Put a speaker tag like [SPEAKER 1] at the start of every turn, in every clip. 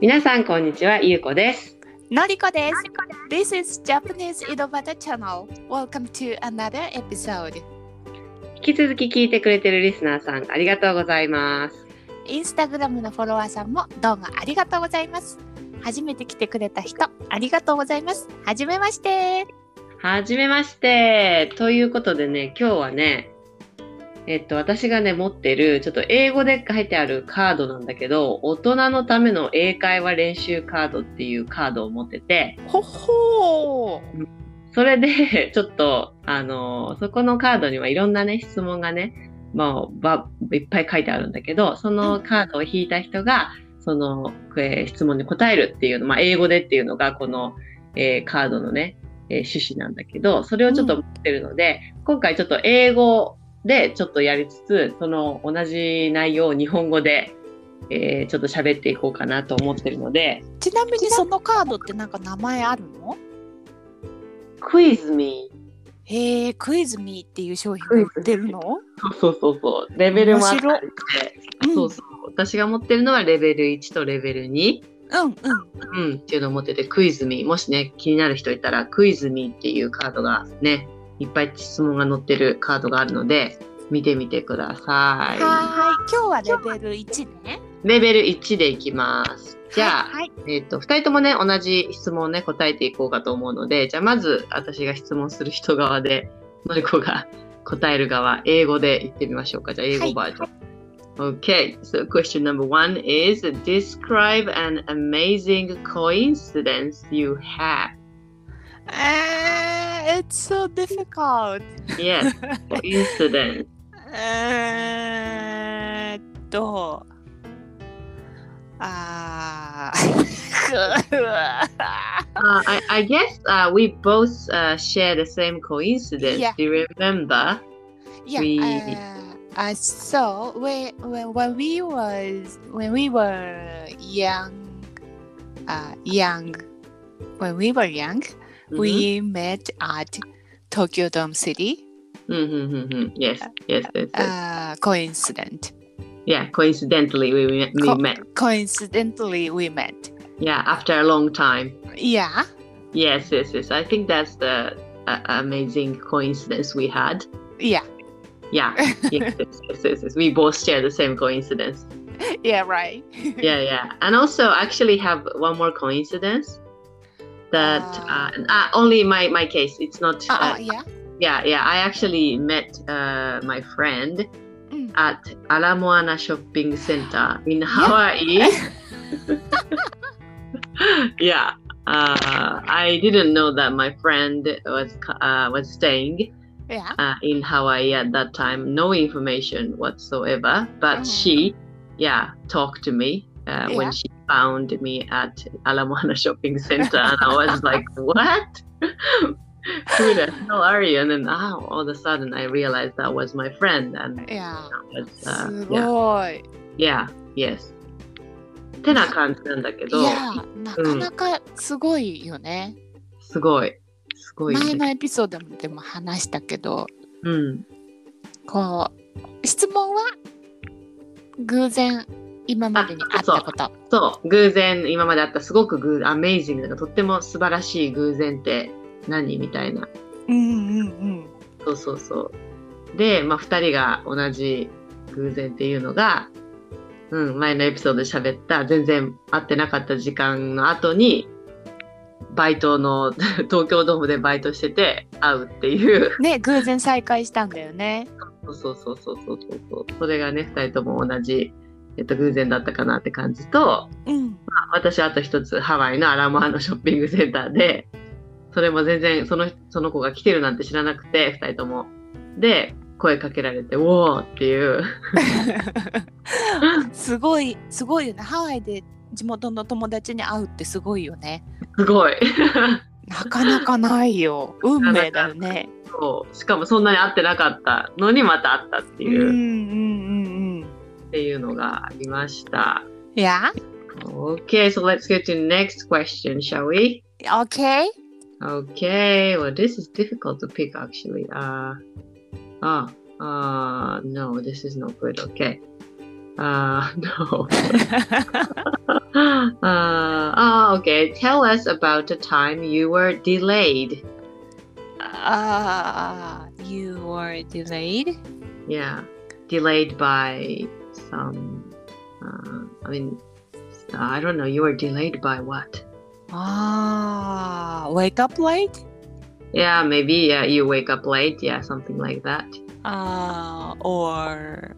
[SPEAKER 1] 皆さんこんにちはゆうこです
[SPEAKER 2] のりこです。This is Japanese Idobata Channel. Welcome to another episode.
[SPEAKER 1] 引き続き聞いてくれてるリスナーさんありがとうございます
[SPEAKER 2] インスタグラムのフォロワーさんもどうもありがとうございます。初めて来てくれた人、ありがとうございます。はじめまして。
[SPEAKER 1] はじめましてということでね今日はねえっと私がね持ってるちょっと英語で書いてあるカードなんだけど大人のための英会話練習カードっていうカードを持ってて
[SPEAKER 2] ほほー。
[SPEAKER 1] それで ちょっとあのそこのカードにはいろんなね質問がねまあばいっぱい書いてあるんだけどそのカードを引いた人がその、えー質問に答えるっていうの、まあ、英語でっていうのがこの、えーカードのね、えー趣旨なんだけどそれをちょっと持ってるので、今回ちょっと英語でちょっとやりつつその同じ内容を日本語で、えーちょっと喋っていこうかなと思ってるので
[SPEAKER 2] ちなみにそのカードってなんか名前あるの
[SPEAKER 1] クイズミー
[SPEAKER 2] へえ、クイズミーっていう商品が売ってるの
[SPEAKER 1] そうそうそうそうレベルもあったり
[SPEAKER 2] 面
[SPEAKER 1] して。
[SPEAKER 2] うん
[SPEAKER 1] そうそう。私が持ってるのはレベル1とレベル2、
[SPEAKER 2] うんう
[SPEAKER 1] う
[SPEAKER 2] ん。
[SPEAKER 1] ん、っていうのを持ってて、クイズミー。もしね、気になる人いたら、クイズミーっていうカードがね、いっぱい質問が載ってるカードがあるので、見てみてください。
[SPEAKER 2] はーい。今日はレベル1ね。
[SPEAKER 1] レベル1でいきます。じゃあ、
[SPEAKER 2] はい。
[SPEAKER 1] えっ、と、二人ともね、同じ質問をね、答えていこうかと思うので、じゃあまず、私が質問する人側で、 のりこが答える側、英語で言ってみましょうか。じゃあ、英語バージョン。Okay, so question number one is describe an amazing coincidence you had.
[SPEAKER 2] えー、it's so difficult.
[SPEAKER 1] Yes, coincidence.
[SPEAKER 2] えーっと、あ ー
[SPEAKER 1] Uh, I, I guess uh, we both uh, share the same coincidence.
[SPEAKER 2] Yeah.
[SPEAKER 1] Do you remember?
[SPEAKER 2] yeah,
[SPEAKER 1] We-
[SPEAKER 2] uh, I saw when, when when we was when we were young, uh, young, when we were young, we met at Tokyo Dome City.
[SPEAKER 1] Mm-hmm. Yes, yes, yes. yes.
[SPEAKER 2] Uh, coincident.
[SPEAKER 1] yeah, coincidentally, we, we, we
[SPEAKER 2] Co-
[SPEAKER 1] met.
[SPEAKER 2] Coincidentally, we met.
[SPEAKER 1] Yeah, after a long time.
[SPEAKER 2] Yeah.
[SPEAKER 1] Yes, yes, yes. I think that's the uh, amazing coincidence we had.
[SPEAKER 2] Yeah.
[SPEAKER 1] Yeah. yes, yes, yes, yes, yes. We both share the same coincidence.
[SPEAKER 2] Yeah. Right.
[SPEAKER 1] Yeah, yeah. And also, I actually have one more coincidence that uh,
[SPEAKER 2] Ah.
[SPEAKER 1] uh, only my my case. It's not.
[SPEAKER 2] Uh, uh,
[SPEAKER 1] Uh,
[SPEAKER 2] yeah.
[SPEAKER 1] yeah, yeah. I actually met uh, my friend
[SPEAKER 2] Mm.
[SPEAKER 1] at Alamoana Shopping Center in Hawaii. yeah. Uh, I didn't know that my friend was co- uh, was staying
[SPEAKER 2] Yeah.
[SPEAKER 1] uh, in Hawaii at that time. No information whatsoever. But
[SPEAKER 2] Oh.
[SPEAKER 1] she, yeah, talked to me uh,
[SPEAKER 2] Yeah.
[SPEAKER 1] when she found me at Alamoana Shopping Center, and I was like, "What? Who the hell are you?" And then, oh, all of a sudden, I realized that was my friend, and
[SPEAKER 2] や
[SPEAKER 1] that was,
[SPEAKER 2] す
[SPEAKER 1] uh,
[SPEAKER 2] ご
[SPEAKER 1] yeah,
[SPEAKER 2] い。
[SPEAKER 1] yeah, yes. てな感じなんだけ
[SPEAKER 2] い
[SPEAKER 1] ど、
[SPEAKER 2] や、なかなかすごいよね。
[SPEAKER 1] すごい、すごいね、
[SPEAKER 2] 前のエピソードでも話したけど、
[SPEAKER 1] うん、
[SPEAKER 2] こう質問は偶然今までにあったこと。
[SPEAKER 1] そう、偶然、今まであったすごくグー、アメイジングな、とっても素晴らしい偶然って何みたいな。
[SPEAKER 2] うんうんうん。
[SPEAKER 1] そうそうそう。で、まあ、2人が同じ偶然っていうのが、うん、前のエピソードで喋った、全然会ってなかった時間の後に、バイトの、 東京ドームでバイトしてて、会うっていう。
[SPEAKER 2] ね、偶然再会したんだよね。
[SPEAKER 1] そうそうそうそうそうそうそう。それがね、2人とも同じ、えっと、偶然だったかなって感じと、
[SPEAKER 2] うん。
[SPEAKER 1] 私あと一つハワイのアラモアのショッピングセンターでそれも全然そのその子が来てるなんて知らなくて2人ともで声かけられて「おー!」っていう
[SPEAKER 2] すごいすごいよね。ハワイで地元の友達に会うってすごいよね。
[SPEAKER 1] すごい
[SPEAKER 2] なかなかないよ。運命だよね。
[SPEAKER 1] そうしかもそんなに会ってなかったのにまた会ったって
[SPEAKER 2] うん
[SPEAKER 1] いうう、
[SPEAKER 2] んうんうん。
[SPEAKER 1] っていうのがありました
[SPEAKER 2] いや、
[SPEAKER 1] Okay so let's get to next question shall we?
[SPEAKER 2] OK?
[SPEAKER 1] Okay, well, this is difficult to pick actually. Uh, ah, uh, no, this is not good. Okay. Uh, no. uh, oh, okay. Tell us about the time you were delayed.
[SPEAKER 2] Ah, you were delayed.
[SPEAKER 1] Yeah, delayed by some. Uh, I mean, I don't know. You were delayed by what?
[SPEAKER 2] Ah, wake up late.
[SPEAKER 1] Yeah, maybe. Yeah, you wake up late. Yeah, something like that.
[SPEAKER 2] Ah, or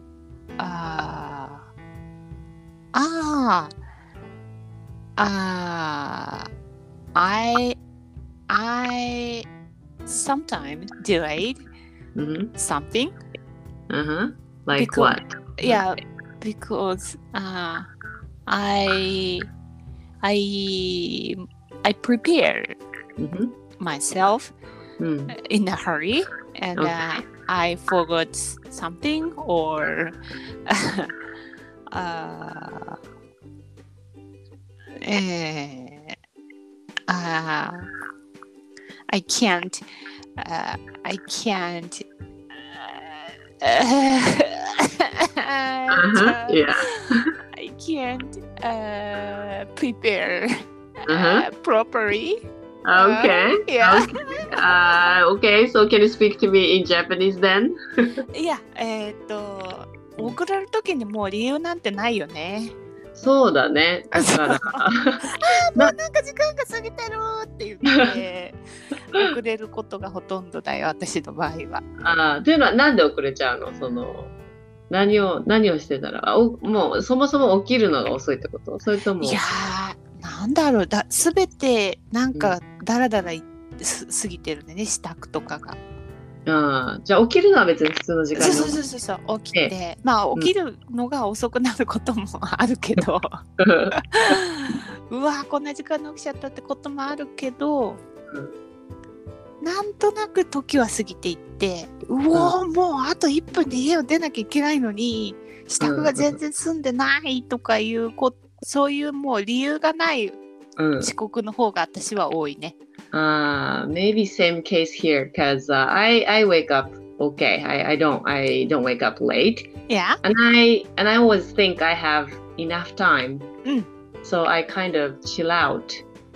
[SPEAKER 2] ah, ah, ah. I, I sometimes delayed
[SPEAKER 1] hmm
[SPEAKER 2] something.
[SPEAKER 1] Uh huh. Like
[SPEAKER 2] Because-
[SPEAKER 1] what?
[SPEAKER 2] yeah because uh, i i i prepare
[SPEAKER 1] Mm-hmm.
[SPEAKER 2] myself
[SPEAKER 1] Mm.
[SPEAKER 2] in a hurry and uh,
[SPEAKER 1] Okay.
[SPEAKER 2] i forgot something or uh, eh, uh, i can't uh, i can't uh,
[SPEAKER 1] Uh-huh. Yeah.
[SPEAKER 2] I can't uh, prepare
[SPEAKER 1] Uh-huh.
[SPEAKER 2] uh, properly. Uh,
[SPEAKER 1] Okay.
[SPEAKER 2] yeah.
[SPEAKER 1] Uh, okay. So can you speak to me in Japanese then?
[SPEAKER 2] いや、えーっと、送られる時にもう理由なんてないよね。
[SPEAKER 1] そうだね。だ
[SPEAKER 2] そ う
[SPEAKER 1] から。
[SPEAKER 2] もうなんか時間が過ぎてるって 言って、遅れることがほとんどだよ、私の場合は。
[SPEAKER 1] ああ、というのはなんで遅れちゃうのその何を何をしてたらあおもうそもそも起きるのが遅いってことそれとも
[SPEAKER 2] いやー、なんだろう、だすべてなんかだらだらいす過ぎてるんでね、支度とかが。
[SPEAKER 1] ああじゃあ起きるのは別に普通の時間
[SPEAKER 2] そう
[SPEAKER 1] に
[SPEAKER 2] そうそうそうそう起きて、まあ
[SPEAKER 1] ん
[SPEAKER 2] 起きるのが遅くなることもあるけど うわーこんな時間に起きちゃったってこともあるけど、なんとなく時は過ぎていってうおー、もうあと1分で家を出なきゃいけないのに支度が全然済んでないとかいうこそういうもう理由がない
[SPEAKER 1] うん、
[SPEAKER 2] 遅刻の方が私は多いね。
[SPEAKER 1] ああ maybe same case here because、uh, I I wake up okay I I don't I don't wake up late
[SPEAKER 2] いや
[SPEAKER 1] and I and I always think I have enough time
[SPEAKER 2] うん
[SPEAKER 1] so I kind of chill out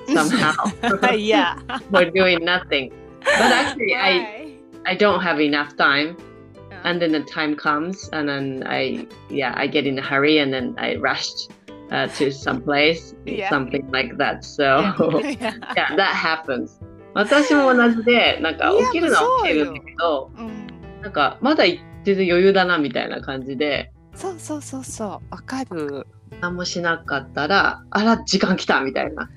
[SPEAKER 1] somehow
[SPEAKER 2] いや。
[SPEAKER 1] for doing nothing but actually I
[SPEAKER 2] Why?
[SPEAKER 1] I don't have enough time and then the time comes and then i yeah i get in a hurry and then i rushed uh, to some place
[SPEAKER 2] Yeah.
[SPEAKER 1] something like that so yeah.
[SPEAKER 2] いや
[SPEAKER 1] that happens 私も同じでなんか
[SPEAKER 2] いや
[SPEAKER 1] 起きるのは
[SPEAKER 2] そう
[SPEAKER 1] 起き
[SPEAKER 2] よ
[SPEAKER 1] るんだけど
[SPEAKER 2] うん
[SPEAKER 1] なんかまだ全然余裕だなみたいな感じで
[SPEAKER 2] そうそうそうそうわかる
[SPEAKER 1] 何もしなかったらあら時間来たみたいな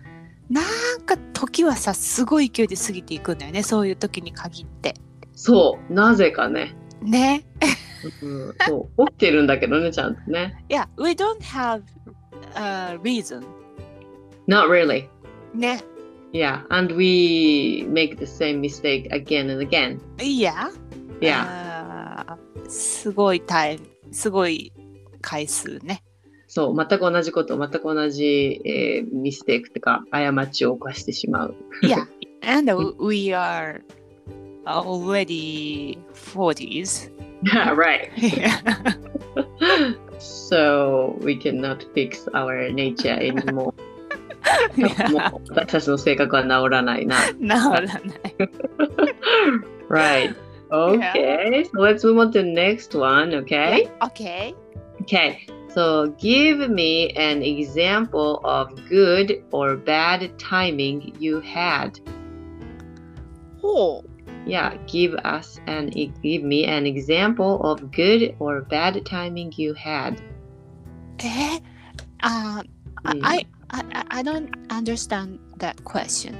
[SPEAKER 2] なんか時はさすごい勢いで過ぎていくんだよねそういう時に限って
[SPEAKER 1] そうなぜかね、
[SPEAKER 2] ね
[SPEAKER 1] うん、そう起きてるんだけどねちゃんとね
[SPEAKER 2] いや we don't have a reason
[SPEAKER 1] not really
[SPEAKER 2] ね
[SPEAKER 1] yeah and we make the same mistake again and again
[SPEAKER 2] いや
[SPEAKER 1] yeah
[SPEAKER 2] あーすごいタイムすごい回数 ね
[SPEAKER 1] そう、全く同じこと、全く同じ、えーミステイクとか、過ちを犯してしまう。
[SPEAKER 2] いや and we are already 40s
[SPEAKER 1] Yeah, right. So, we cannot fix our nature anymore. もう私たちの性格は治らないな。
[SPEAKER 2] ならない
[SPEAKER 1] Right. Okay, so let's move on to the next one, okay?
[SPEAKER 2] OK
[SPEAKER 1] Okay, so give me an example of good or bad timing you had.
[SPEAKER 2] ほう
[SPEAKER 1] Yeah, give us an e, give me an example of good or bad timing you had.
[SPEAKER 2] えあ、
[SPEAKER 1] うん
[SPEAKER 2] Uh, I, I, I I don't understand that question.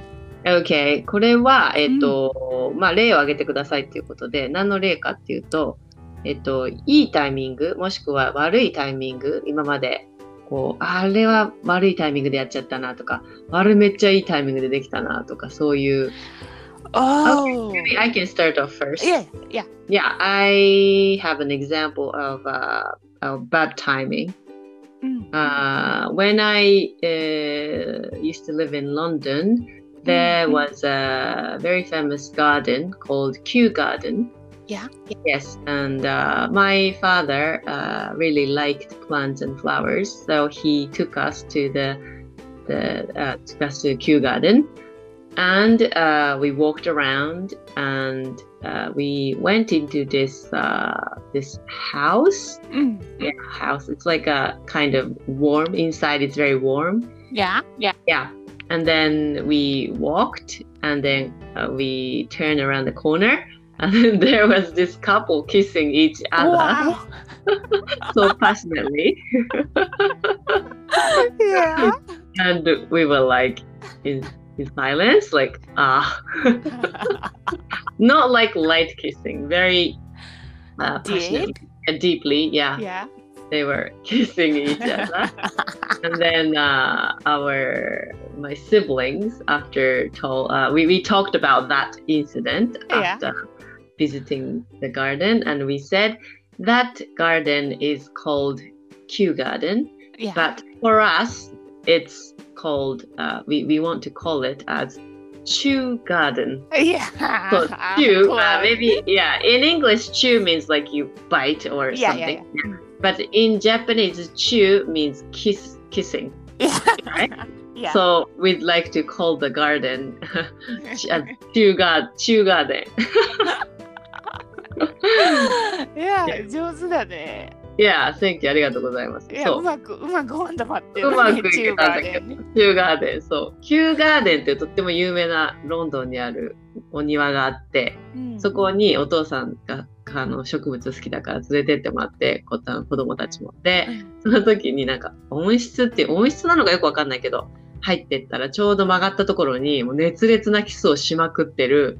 [SPEAKER 1] Okay. これは、えっ、と、まあ、例を挙げてくださいっていうことで、何の例かっていうと、えっ、と、いいタイミング、もしくは悪いタイミング、今まで、こう、あれは悪いタイミングでやっちゃったなとか、あれめっちゃいいタイミングでできたなとか、そういう。
[SPEAKER 2] Oh,
[SPEAKER 1] Maybe I can start off first.
[SPEAKER 2] yeah, yeah.
[SPEAKER 1] Yeah, I have an example of, uh, of bad timing.
[SPEAKER 2] うん、
[SPEAKER 1] uh, when I uh, used to live in London, there
[SPEAKER 2] Mhm.
[SPEAKER 1] was a very famous garden called Kew Garden,
[SPEAKER 2] Yeah.
[SPEAKER 1] Yes, and uh, my father uh, really liked plants and flowers, so he took us to the the uh, took us to the Kew Garden, and uh, we walked around, and uh, we went into this uh, this house.
[SPEAKER 2] Mm.
[SPEAKER 1] Yeah, house. It's like a kind of warm inside. It's very warm,
[SPEAKER 2] Yeah. Yeah.
[SPEAKER 1] yeah and then we walked and then uh, we turned around the corner and then there was this couple kissing each other
[SPEAKER 2] Wow.
[SPEAKER 1] so passionately
[SPEAKER 2] yeah.
[SPEAKER 1] and we were like in, in silence like ah not like light kissing very uh, passionately
[SPEAKER 2] Deep.
[SPEAKER 1] and deeply yeah
[SPEAKER 2] Yeah.
[SPEAKER 1] they were kissing each other and then uh, our my siblings after told uh, we, we talked about that incident
[SPEAKER 2] Yeah.
[SPEAKER 1] after visiting the garden and we said that garden is called Kew Garden
[SPEAKER 2] Yeah.
[SPEAKER 1] but for us it's called uh, we, we want to call it as Chew Garden
[SPEAKER 2] yeah.
[SPEAKER 1] so chew uh,
[SPEAKER 2] Ah, Cool.
[SPEAKER 1] maybe yeah in English chew means like you bite or
[SPEAKER 2] Yeah, yeah,
[SPEAKER 1] something but in Japanese chew means kiss kissing
[SPEAKER 2] Yeah.
[SPEAKER 1] right?
[SPEAKER 2] yeah.
[SPEAKER 1] So we'd like to call the garden a Chew Garden. Chew Garden.
[SPEAKER 2] いや、上手だね。
[SPEAKER 1] yeah, thank you. ありがとうございます。
[SPEAKER 2] いや、
[SPEAKER 1] そう
[SPEAKER 2] まく、うまくまんだまって
[SPEAKER 1] う
[SPEAKER 2] る
[SPEAKER 1] ま
[SPEAKER 2] ね。
[SPEAKER 1] くいけたんだけど
[SPEAKER 2] YouTuber でね。
[SPEAKER 1] キューガーデン。そう。キューガーデンってとっても有名なロンドンにあるお庭があって、
[SPEAKER 2] うん
[SPEAKER 1] そこにお父さんがあの植物好きだから連れてってもらって、こた子供たちも。でそ
[SPEAKER 2] う、ん
[SPEAKER 1] の時になんか温室って温室なのかよくわかんないけど、入ってったらちょうど曲がったところにもう熱烈なキスをしまくってる、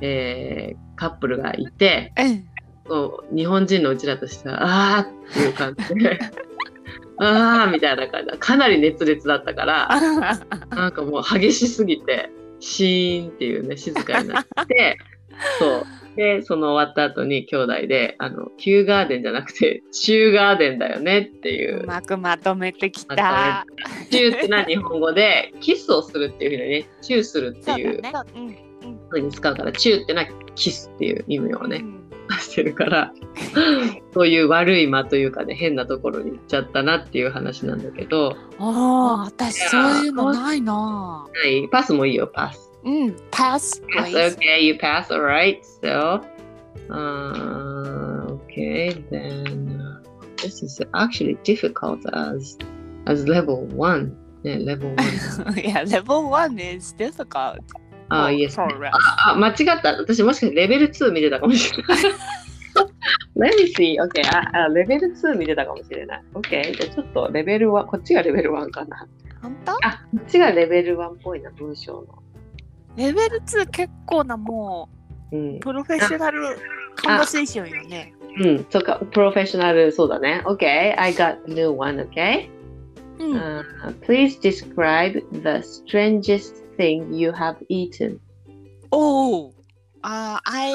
[SPEAKER 1] えーカップルがいて、
[SPEAKER 2] うん
[SPEAKER 1] こう日本人のうちらとしては、あーっていう感じで、あーみたいな感じで、かなり熱烈だったから、なんかもう激しすぎて、シーンっていうね、静かになって、そう。で、その終わった後に兄弟で、あの、キューガーデンじゃなくて、チューガーデンだよねっていうう。
[SPEAKER 2] まくまとめてき
[SPEAKER 1] ま
[SPEAKER 2] た。
[SPEAKER 1] チューってな日本語で、キスをするっていうふうにね、チューするって
[SPEAKER 2] そう
[SPEAKER 1] いう
[SPEAKER 2] だね。うん
[SPEAKER 1] ふうに使うから、チューってなキスっていう意味をね
[SPEAKER 2] う、ん
[SPEAKER 1] 出してるから、そういう悪い間というかね、変なところに行っちゃったなっていう話なんだけど、
[SPEAKER 2] ああ、私そういうのないな。
[SPEAKER 1] はい、パスもいいよ、パス。
[SPEAKER 2] うん、パス、
[SPEAKER 1] Pass,
[SPEAKER 2] please.
[SPEAKER 1] okay, you pass, alright, so, uh, okay, then, uh, this is actually difficult as, as level one. Yeah, level one.
[SPEAKER 2] yeah, level one is difficult.
[SPEAKER 1] Ah,
[SPEAKER 2] for-
[SPEAKER 1] yes.
[SPEAKER 2] for us.
[SPEAKER 1] あ、間違った。私もしかしてレベル2見てたかもしれない。Let me see. Okay. あ、あレベル2見てたかもしれない。Okay. じゃあちょっとレベル1、こっちがレベル1かな。
[SPEAKER 2] 本当
[SPEAKER 1] あ、こっちがレベル1っぽいな、文章の。
[SPEAKER 2] レベル2結構なも
[SPEAKER 1] うん
[SPEAKER 2] う、。プロフェッショナルコンバセーションよね。
[SPEAKER 1] うん、そうか、プロフェッショナル、そうだね。Okay. I got new one, okay?、
[SPEAKER 2] うん。
[SPEAKER 1] Uh, please describe the strangest thing you have eaten.
[SPEAKER 2] Oh, uh, I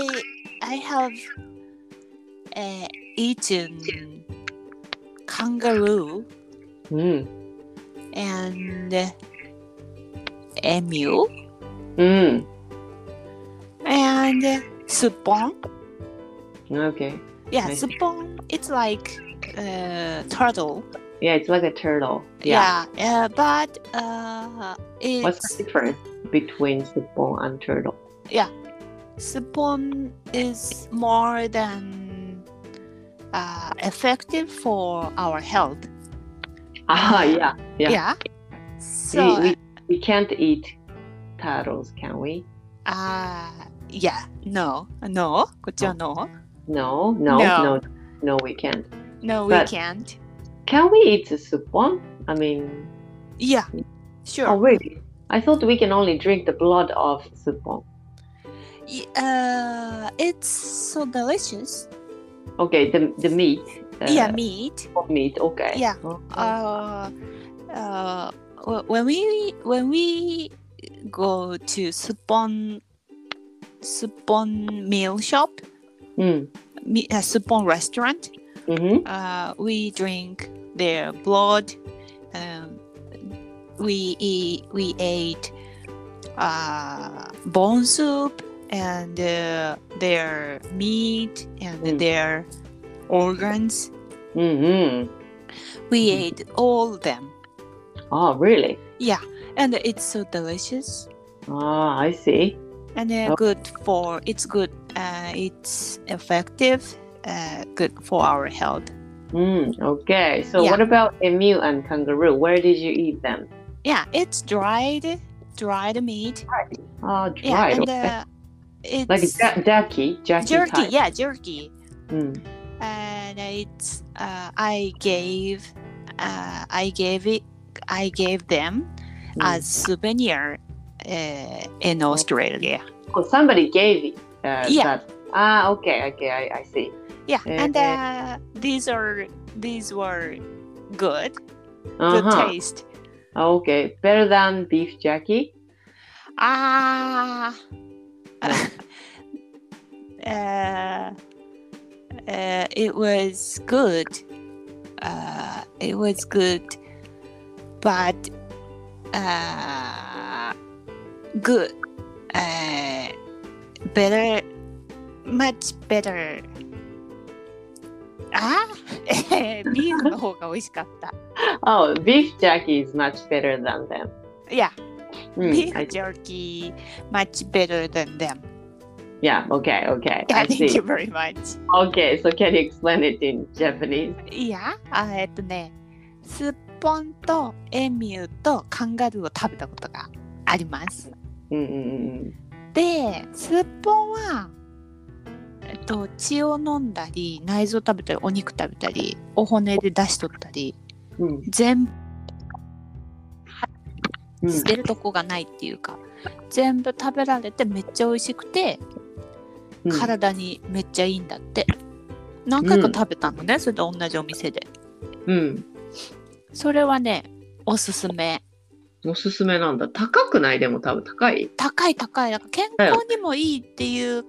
[SPEAKER 2] I have uh, eaten kangaroo
[SPEAKER 1] うん。
[SPEAKER 2] and emu
[SPEAKER 1] うん。
[SPEAKER 2] and supon.
[SPEAKER 1] Okay.
[SPEAKER 2] Yeah,
[SPEAKER 1] I see.
[SPEAKER 2] supon. It's like uh, turtle.
[SPEAKER 1] Yeah, it's like a turtle.
[SPEAKER 2] Yeah, uh, but uh,
[SPEAKER 1] What's
[SPEAKER 2] it's
[SPEAKER 1] the difference between suppon and turtle?
[SPEAKER 2] Spon is more than uh, effective for our health.
[SPEAKER 1] Ah, yeah. Yeah.
[SPEAKER 2] So,
[SPEAKER 1] we, we, we can't eat turtles, can we?
[SPEAKER 2] uh, yeah, no, no, こっちは no,
[SPEAKER 1] No, no, no,
[SPEAKER 2] No.
[SPEAKER 1] no, we can't.
[SPEAKER 2] no, we
[SPEAKER 1] But-
[SPEAKER 2] can't.
[SPEAKER 1] Can we eat the supon? I mean,
[SPEAKER 2] Yeah,
[SPEAKER 1] oh,
[SPEAKER 2] sure.
[SPEAKER 1] really? I thought we can only drink the blood of supon.
[SPEAKER 2] Y- Uh, it's so delicious.
[SPEAKER 1] Okay, the, the meat. Uh,
[SPEAKER 2] yeah, meat.
[SPEAKER 1] of Meat, okay.
[SPEAKER 2] Yeah.
[SPEAKER 1] Okay.
[SPEAKER 2] Uh, uh, wh- when we when we go to Spon Spon meal shop,
[SPEAKER 1] Mm.
[SPEAKER 2] me- uh, Spon restaurant.
[SPEAKER 1] hmm
[SPEAKER 2] uh, we drink their blood. Um, we eat, we ate uh, bone soup and uh, their meat and
[SPEAKER 1] Mm.
[SPEAKER 2] their organs.
[SPEAKER 1] うんうん。
[SPEAKER 2] We
[SPEAKER 1] Mhm.
[SPEAKER 2] ate all them.
[SPEAKER 1] あ、really? Oh,
[SPEAKER 2] Yeah, and it's so delicious
[SPEAKER 1] あ、I Ah, see.
[SPEAKER 2] and uh,
[SPEAKER 1] Oh.
[SPEAKER 2] good for it's good. Uh, it's effective. Uh, good for our health.
[SPEAKER 1] うん、okay. Hmm, So
[SPEAKER 2] Yeah.
[SPEAKER 1] what about emu and kangaroo? Where did you eat them?
[SPEAKER 2] Yeah, it's dried, dried meat.
[SPEAKER 1] あ、
[SPEAKER 2] Yeah,
[SPEAKER 1] dried.
[SPEAKER 2] and uh,
[SPEAKER 1] Ah,
[SPEAKER 2] it's
[SPEAKER 1] Like ja- jerky, jerky.
[SPEAKER 2] jerky.
[SPEAKER 1] type. Hmm,
[SPEAKER 2] Yeah, jerky.
[SPEAKER 1] うん。
[SPEAKER 2] and it's uh, I gave uh, I gave it I gave them
[SPEAKER 1] うん
[SPEAKER 2] as souvenir uh, in Australia.
[SPEAKER 1] Oh, somebody gave it. Uh,
[SPEAKER 2] Yeah.
[SPEAKER 1] That. Ah, okay, okay, I, I see.
[SPEAKER 2] Yeah, and
[SPEAKER 1] Eh.
[SPEAKER 2] uh, these are these were good, good
[SPEAKER 1] Uh-huh.
[SPEAKER 2] taste.
[SPEAKER 1] Okay, better than beef jerky.
[SPEAKER 2] Ah. Uh, uh, it was good. Uh, it was good, but uh, good, uh, better, much better. あビ ーフの方が美味しかった。
[SPEAKER 1] Oh, beef jerky is much better than them.
[SPEAKER 2] いや、
[SPEAKER 1] うん
[SPEAKER 2] ビー
[SPEAKER 1] Hmm, I-
[SPEAKER 2] フジョーキー、much better than them.
[SPEAKER 1] yeah, okay, okay. I
[SPEAKER 2] Thank
[SPEAKER 1] see.
[SPEAKER 2] you very much.
[SPEAKER 1] Okay, so can you explain it in Japanese?
[SPEAKER 2] いや、あえっとね、スッポンとエミューとカンガルーを食べたことがあります。
[SPEAKER 1] うんうんうん
[SPEAKER 2] で、スッポンは、えっと、血を飲んだり、内臓食べたり、お肉食べたり、お骨で出しとったり、
[SPEAKER 1] うんうん
[SPEAKER 2] 全部
[SPEAKER 1] うん
[SPEAKER 2] 捨てるとこがないっていうか、全部食べられてめっちゃ美味しくて、
[SPEAKER 1] うん
[SPEAKER 2] 体にめっちゃいいんだって。何回か食べたのね、それで同じお店で。
[SPEAKER 1] うん
[SPEAKER 2] それはね、おすすめ。
[SPEAKER 1] おすすめなんだ高くないでも多分高い
[SPEAKER 2] 高い高いなんか健康にもいいっていう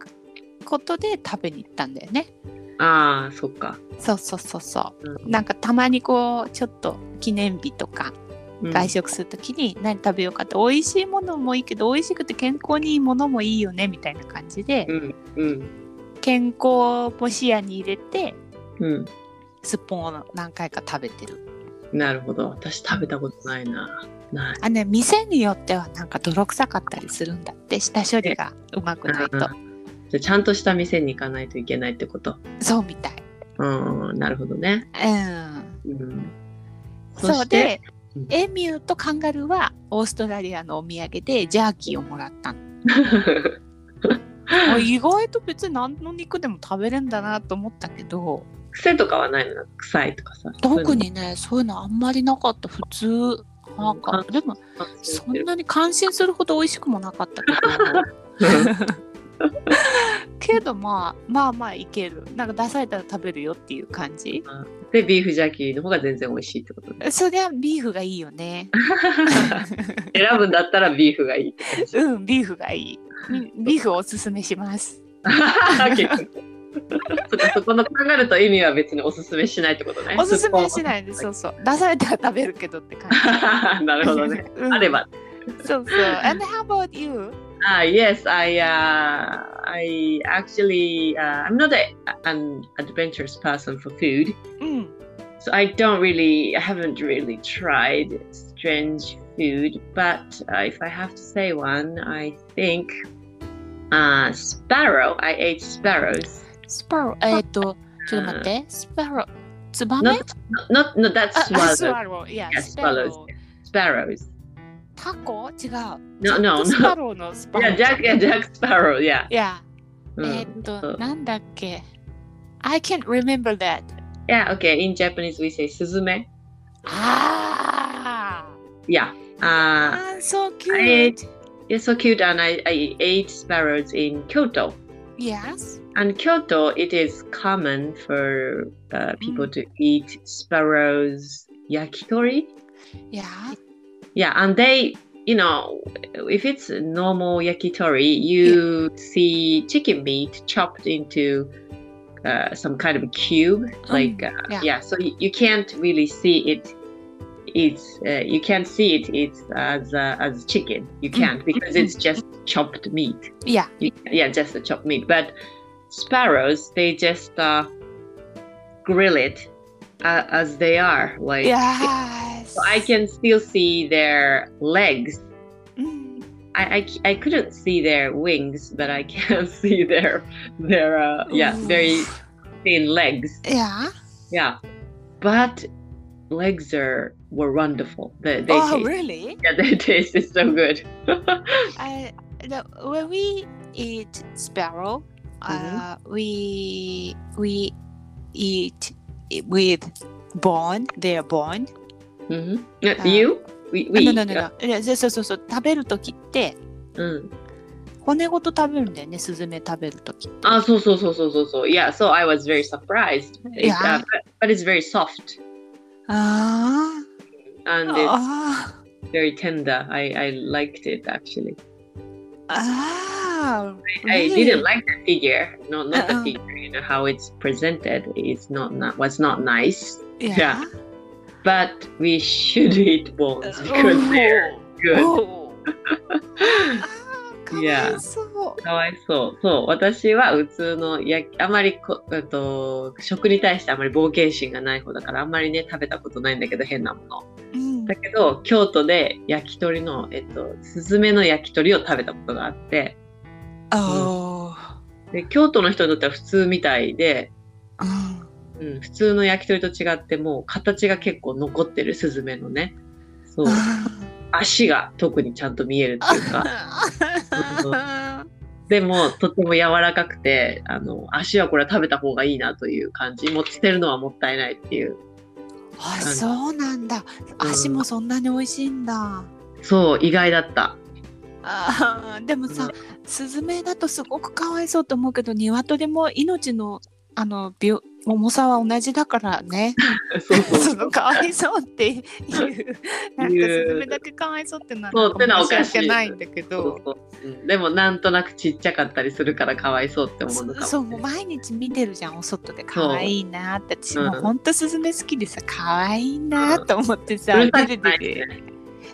[SPEAKER 2] ことで食べに行ったんだよね。
[SPEAKER 1] ああそっか、
[SPEAKER 2] そうそうそうそうう。なんかたまにこうちょっと記念日とか
[SPEAKER 1] うん
[SPEAKER 2] 外食するときに何食べようかって美味しいものもいいけど美味しくて健康にいいものもいいよねみたいな感じで
[SPEAKER 1] うんうん
[SPEAKER 2] 健康も視野に入れて
[SPEAKER 1] うん
[SPEAKER 2] スッポンを何回か食べてる。
[SPEAKER 1] なるほど私食べたことないなない
[SPEAKER 2] あね店によってはなんか泥臭かったりするんだって下処理がうまくないと
[SPEAKER 1] あ。ーじゃあちゃんとした店に行かないといけないってこと
[SPEAKER 2] そうみたい。
[SPEAKER 1] うんなるほどね
[SPEAKER 2] うん。
[SPEAKER 1] うんそ
[SPEAKER 2] そう
[SPEAKER 1] して
[SPEAKER 2] で
[SPEAKER 1] うん、
[SPEAKER 2] エミューとカンガルーはオーストラリアのお土産でジャーキーをもらった の。あ意外と別に何の肉でも食べれるんだなと思ったけど、
[SPEAKER 1] 癖とかはないの臭いとかさ
[SPEAKER 2] 特にね、そういうのあんまりなかった、普通。なんか、でも、
[SPEAKER 1] そ
[SPEAKER 2] そ
[SPEAKER 1] うんいうの
[SPEAKER 2] なに感心するほど美味しくもなかったけ ど、けどまあ、まあまあいける。なんか出されたら食べるよっていう感じ。
[SPEAKER 1] でビーフジャーキーの方が全然美味しいって ことね
[SPEAKER 2] そりゃビーフがいいよね。
[SPEAKER 1] 選ぶんだったらビーフがいいって 感じ
[SPEAKER 2] うん、ビーフがいい。うんビーフをおすすめします。
[SPEAKER 1] 結局そっかそこの考えると意味は別におすすめしないってことね。。
[SPEAKER 2] おすすめしないいで、そうそう。出されたら食べるけどって感
[SPEAKER 1] な る
[SPEAKER 2] じ。
[SPEAKER 1] ほどね。。
[SPEAKER 2] うん、
[SPEAKER 1] あれ。ば。
[SPEAKER 2] そうそう。And how about you?
[SPEAKER 1] Ah, yes, I, uh, I actually, uh, I'm not a, an adventurous person for food,
[SPEAKER 2] うん。
[SPEAKER 1] so I don't really, I haven't really tried strange food. But uh, if I have to say one, I think uh, sparrow. I ate sparrows.
[SPEAKER 2] スパロ、えっと、ちょっと待って。スパロ、ツバメ
[SPEAKER 1] Not, not, no,
[SPEAKER 2] あ
[SPEAKER 1] that's
[SPEAKER 2] あ
[SPEAKER 1] swallow.
[SPEAKER 2] スワロー。いや、
[SPEAKER 1] Yeah,
[SPEAKER 2] スパロ
[SPEAKER 1] swallows. Sparrows.
[SPEAKER 2] ー。タコ違う。
[SPEAKER 1] No, no,
[SPEAKER 2] ス
[SPEAKER 1] no.
[SPEAKER 2] パローのスパロ
[SPEAKER 1] Yeah,
[SPEAKER 2] ー。
[SPEAKER 1] Jack, yeah, Jack Sparrow. Yeah.
[SPEAKER 2] いや、えっ
[SPEAKER 1] Mm.
[SPEAKER 2] と、なんだっけ ?I can't remember that.
[SPEAKER 1] Yeah. Okay. In Japanese, we say suzume.
[SPEAKER 2] あ
[SPEAKER 1] Yeah.
[SPEAKER 2] あ
[SPEAKER 1] Uh,
[SPEAKER 2] あー、so
[SPEAKER 1] I
[SPEAKER 2] cute.
[SPEAKER 1] ate. It's so cute, and I, I ate sparrows in Kyoto.
[SPEAKER 2] Yes?
[SPEAKER 1] And Kyoto, it is common for uh, people
[SPEAKER 2] Mm.
[SPEAKER 1] to eat sparrows yakitori.
[SPEAKER 2] Yeah?
[SPEAKER 1] Yeah, and they, you know, if it's normal yakitori, you see chicken meat chopped into uh, some kind of cube,
[SPEAKER 2] Mm,
[SPEAKER 1] like uh,
[SPEAKER 2] yeah.
[SPEAKER 1] yeah. So you, you can't really see it it's uh, you can't see it it's as uh, as chicken you can't because it's just chopped meat
[SPEAKER 2] Mm. Yeah.
[SPEAKER 1] You- yeah just the chopped meat but sparrows they just uh, grill it uh, as they are like
[SPEAKER 2] Yes.
[SPEAKER 1] so i can still see their legs
[SPEAKER 2] Mm.
[SPEAKER 1] I, I, c- I couldn't see their wings but i can see their their uh, yeah very
[SPEAKER 2] Oof.
[SPEAKER 1] thin legs
[SPEAKER 2] Yeah.
[SPEAKER 1] yeah but legs are were wonderful they, they
[SPEAKER 2] Oh,
[SPEAKER 1] taste-
[SPEAKER 2] really?
[SPEAKER 1] yeah, they taste is so good.
[SPEAKER 2] I, the, when we eat sparrow, uh, we we eat it with bone, their bone.
[SPEAKER 1] hmm yeah,
[SPEAKER 2] Uh,
[SPEAKER 1] you? We,
[SPEAKER 2] Ah,
[SPEAKER 1] we
[SPEAKER 2] no, no, no, no. いやそうそうそう。食べるときって、
[SPEAKER 1] Mm.
[SPEAKER 2] 骨ごと食べるんだよね、スズメ食べるとき。
[SPEAKER 1] Ah, so, so, so, so, so, so. Yeah, so I was very surprised. It's,
[SPEAKER 2] Yeah.
[SPEAKER 1] uh, but, but it's very soft
[SPEAKER 2] あ
[SPEAKER 1] and
[SPEAKER 2] あ。
[SPEAKER 1] it's
[SPEAKER 2] あ
[SPEAKER 1] very tender. I, I liked it actually.
[SPEAKER 2] あ。ああ。
[SPEAKER 1] I
[SPEAKER 2] really?
[SPEAKER 1] didn't like the figure. No, not
[SPEAKER 2] Uh-uh.
[SPEAKER 1] the figure. You know how it's presented. It's not, not was not nice.
[SPEAKER 2] Yeah.
[SPEAKER 1] But we should eat bones because they're good.
[SPEAKER 2] おーあーかわいそう。
[SPEAKER 1] かわいそう。そう、私は普通の焼き、あまりこ、えっと、食に対してあまり冒険心がない方だから、あんまりね、食べたことないんだけど、変なもの。
[SPEAKER 2] うん
[SPEAKER 1] だけど、京都で焼き鳥の、えっと、スズメの焼き鳥を食べたことがあって、
[SPEAKER 2] おー
[SPEAKER 1] で京都の人にとっては普通みたいで、
[SPEAKER 2] う
[SPEAKER 1] う
[SPEAKER 2] ん
[SPEAKER 1] ん、普通の焼き鳥と違って、もう形が結構残ってる、スズメのね。そう、足が特にちゃんと見えるっていうか。
[SPEAKER 2] あ
[SPEAKER 1] でもとても柔らかくてあの足はこれは食べた方がいいなという感じもう捨てるのはもったいないっていう
[SPEAKER 2] あそうなんだ足もそんなに美味しいんだ
[SPEAKER 1] そう意外だった
[SPEAKER 2] あーでもさスズメだとすごくかわいそうと思うけど鶏も命のあの病重さは同じだから ね
[SPEAKER 1] そうそう
[SPEAKER 2] そのかわいそうっていうなんかスズメだけかわいそうってなる
[SPEAKER 1] そうってのはおかしい
[SPEAKER 2] ないんだけ
[SPEAKER 1] そ
[SPEAKER 2] ど
[SPEAKER 1] うそう、うん、でもなんとなくちっちゃかったりするからかわいそうって思うのかも
[SPEAKER 2] そうもう毎日見てるじゃんお外で
[SPEAKER 1] そう
[SPEAKER 2] 可愛いなって私
[SPEAKER 1] うん
[SPEAKER 2] もうほんとスズメ好きでさ可愛いなと思ってさ、
[SPEAKER 1] うるさ
[SPEAKER 2] テ
[SPEAKER 1] く
[SPEAKER 2] レ
[SPEAKER 1] ない
[SPEAKER 2] ビで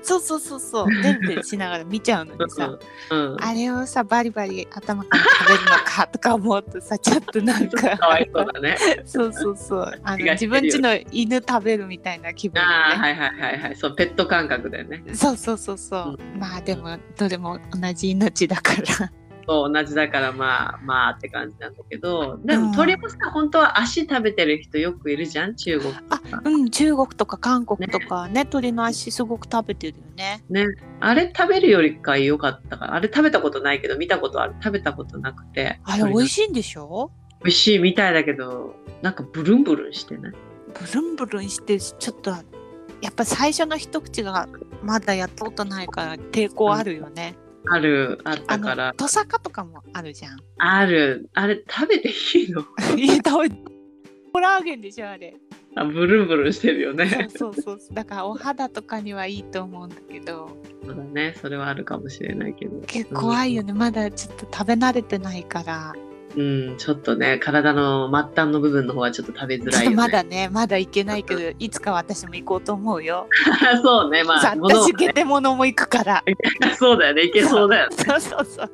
[SPEAKER 2] そうそうそうそうテレビしながら見ちゃうのにさ、
[SPEAKER 1] うん、うん、
[SPEAKER 2] あれをさバリバリ頭から食べるのかとか思うとさちょっとなんか
[SPEAKER 1] かわいそうだね
[SPEAKER 2] そうそうそうあ
[SPEAKER 1] 気
[SPEAKER 2] の
[SPEAKER 1] がしてる
[SPEAKER 2] 自
[SPEAKER 1] よ
[SPEAKER 2] 分ちの犬食べるみたいな気分
[SPEAKER 1] ああ
[SPEAKER 2] でね
[SPEAKER 1] はいはいはいはいそうペット感覚だよね
[SPEAKER 2] そうそうそうそう、まあでもどれも同じ命だから
[SPEAKER 1] そう同じだからまあまあって感じなんだけどで
[SPEAKER 2] うん
[SPEAKER 1] も鳥もさ、本当は足食べてる人よくいるじゃん中国
[SPEAKER 2] あうん中国とか韓国とかね鳥の足すごく食べてるよね
[SPEAKER 1] あれ食べるよりか良かったから、あれ食べたことないけど、見たことある。食べたことなくて。
[SPEAKER 2] あれ美味
[SPEAKER 1] しい。
[SPEAKER 2] しいんでしょ
[SPEAKER 1] 美味しいみたいだけど、なんかブルンブルンしてね。
[SPEAKER 2] ブルンブルンしてちょっとやっぱ最初の一口がまだやったことないから抵抗あるよね。
[SPEAKER 1] ある、あっ
[SPEAKER 2] あ
[SPEAKER 1] たか
[SPEAKER 2] の
[SPEAKER 1] ら。
[SPEAKER 2] トサカとかもあるじゃん。
[SPEAKER 1] ある、あれ食べていいの
[SPEAKER 2] いや多分コラーゲンでしょあれ。
[SPEAKER 1] あブルンブルンしてるよね。
[SPEAKER 2] そうそうそう。だからお肌とかにはいいと思うんだけど
[SPEAKER 1] そうだね。それはあるかもしれないけど。
[SPEAKER 2] 結構怖いよねまだちょっと食べ慣れてないから
[SPEAKER 1] うん、ちょっとね、体の末端の部分の方はちょっと食べづ
[SPEAKER 2] ちょ
[SPEAKER 1] ら
[SPEAKER 2] っ
[SPEAKER 1] い
[SPEAKER 2] と
[SPEAKER 1] よ、ね。
[SPEAKER 2] まだねまだ行けないけどいつか私も行こうと思うよ。
[SPEAKER 1] そうね、ま
[SPEAKER 2] さ
[SPEAKER 1] あ、
[SPEAKER 2] あ
[SPEAKER 1] 物を
[SPEAKER 2] 私ゲテモノも行くから。
[SPEAKER 1] そうだよね。いけそうだよね。
[SPEAKER 2] そうそうそう。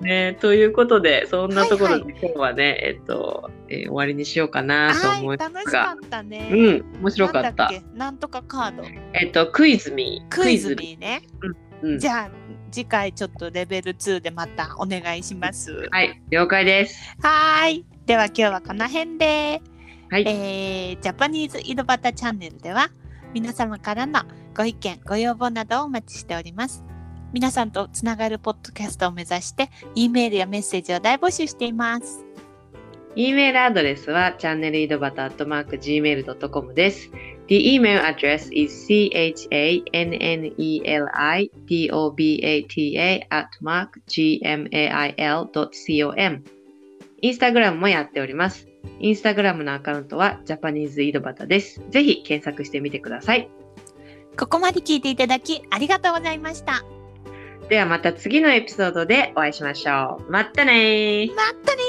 [SPEAKER 1] ね、ということでそんなところ
[SPEAKER 2] は
[SPEAKER 1] で今日はね、えっと、えー終わりにしようかなと
[SPEAKER 2] は
[SPEAKER 1] 思い
[SPEAKER 2] い
[SPEAKER 1] ま
[SPEAKER 2] 楽
[SPEAKER 1] す
[SPEAKER 2] し
[SPEAKER 1] が、
[SPEAKER 2] かったね。
[SPEAKER 1] うん面白か
[SPEAKER 2] な
[SPEAKER 1] っ
[SPEAKER 2] んだ
[SPEAKER 1] た
[SPEAKER 2] っけなんとかカード。
[SPEAKER 1] えっとクイズミー
[SPEAKER 2] クイズミーね。
[SPEAKER 1] ーうん
[SPEAKER 2] じゃあ次回ちょっとレベル2でまたお願いします。
[SPEAKER 1] はい了解です
[SPEAKER 2] はーい。では今日はこの辺で、
[SPEAKER 1] はい、
[SPEAKER 2] えージャパニーズ井戸端チャンネルでは皆様からのご意見、ご要望などをお待ちしております。皆さんとつながるポッドキャストを目指して、E メールやメッセージを大募集しています。
[SPEAKER 1] E メールアドレスはチャンネル井戸端 at mark gmail.com です。The email address is chanelidobata at mark gmail.com インスタグラムもやっております。インスタグラムのアカウントはジャパニーズ井戸端です。ぜひ検索してみてください。
[SPEAKER 2] ここまで聞いていただきありがとうございました。
[SPEAKER 1] ではまた次のエピソードでお会いしましょう。まったねー
[SPEAKER 2] まったね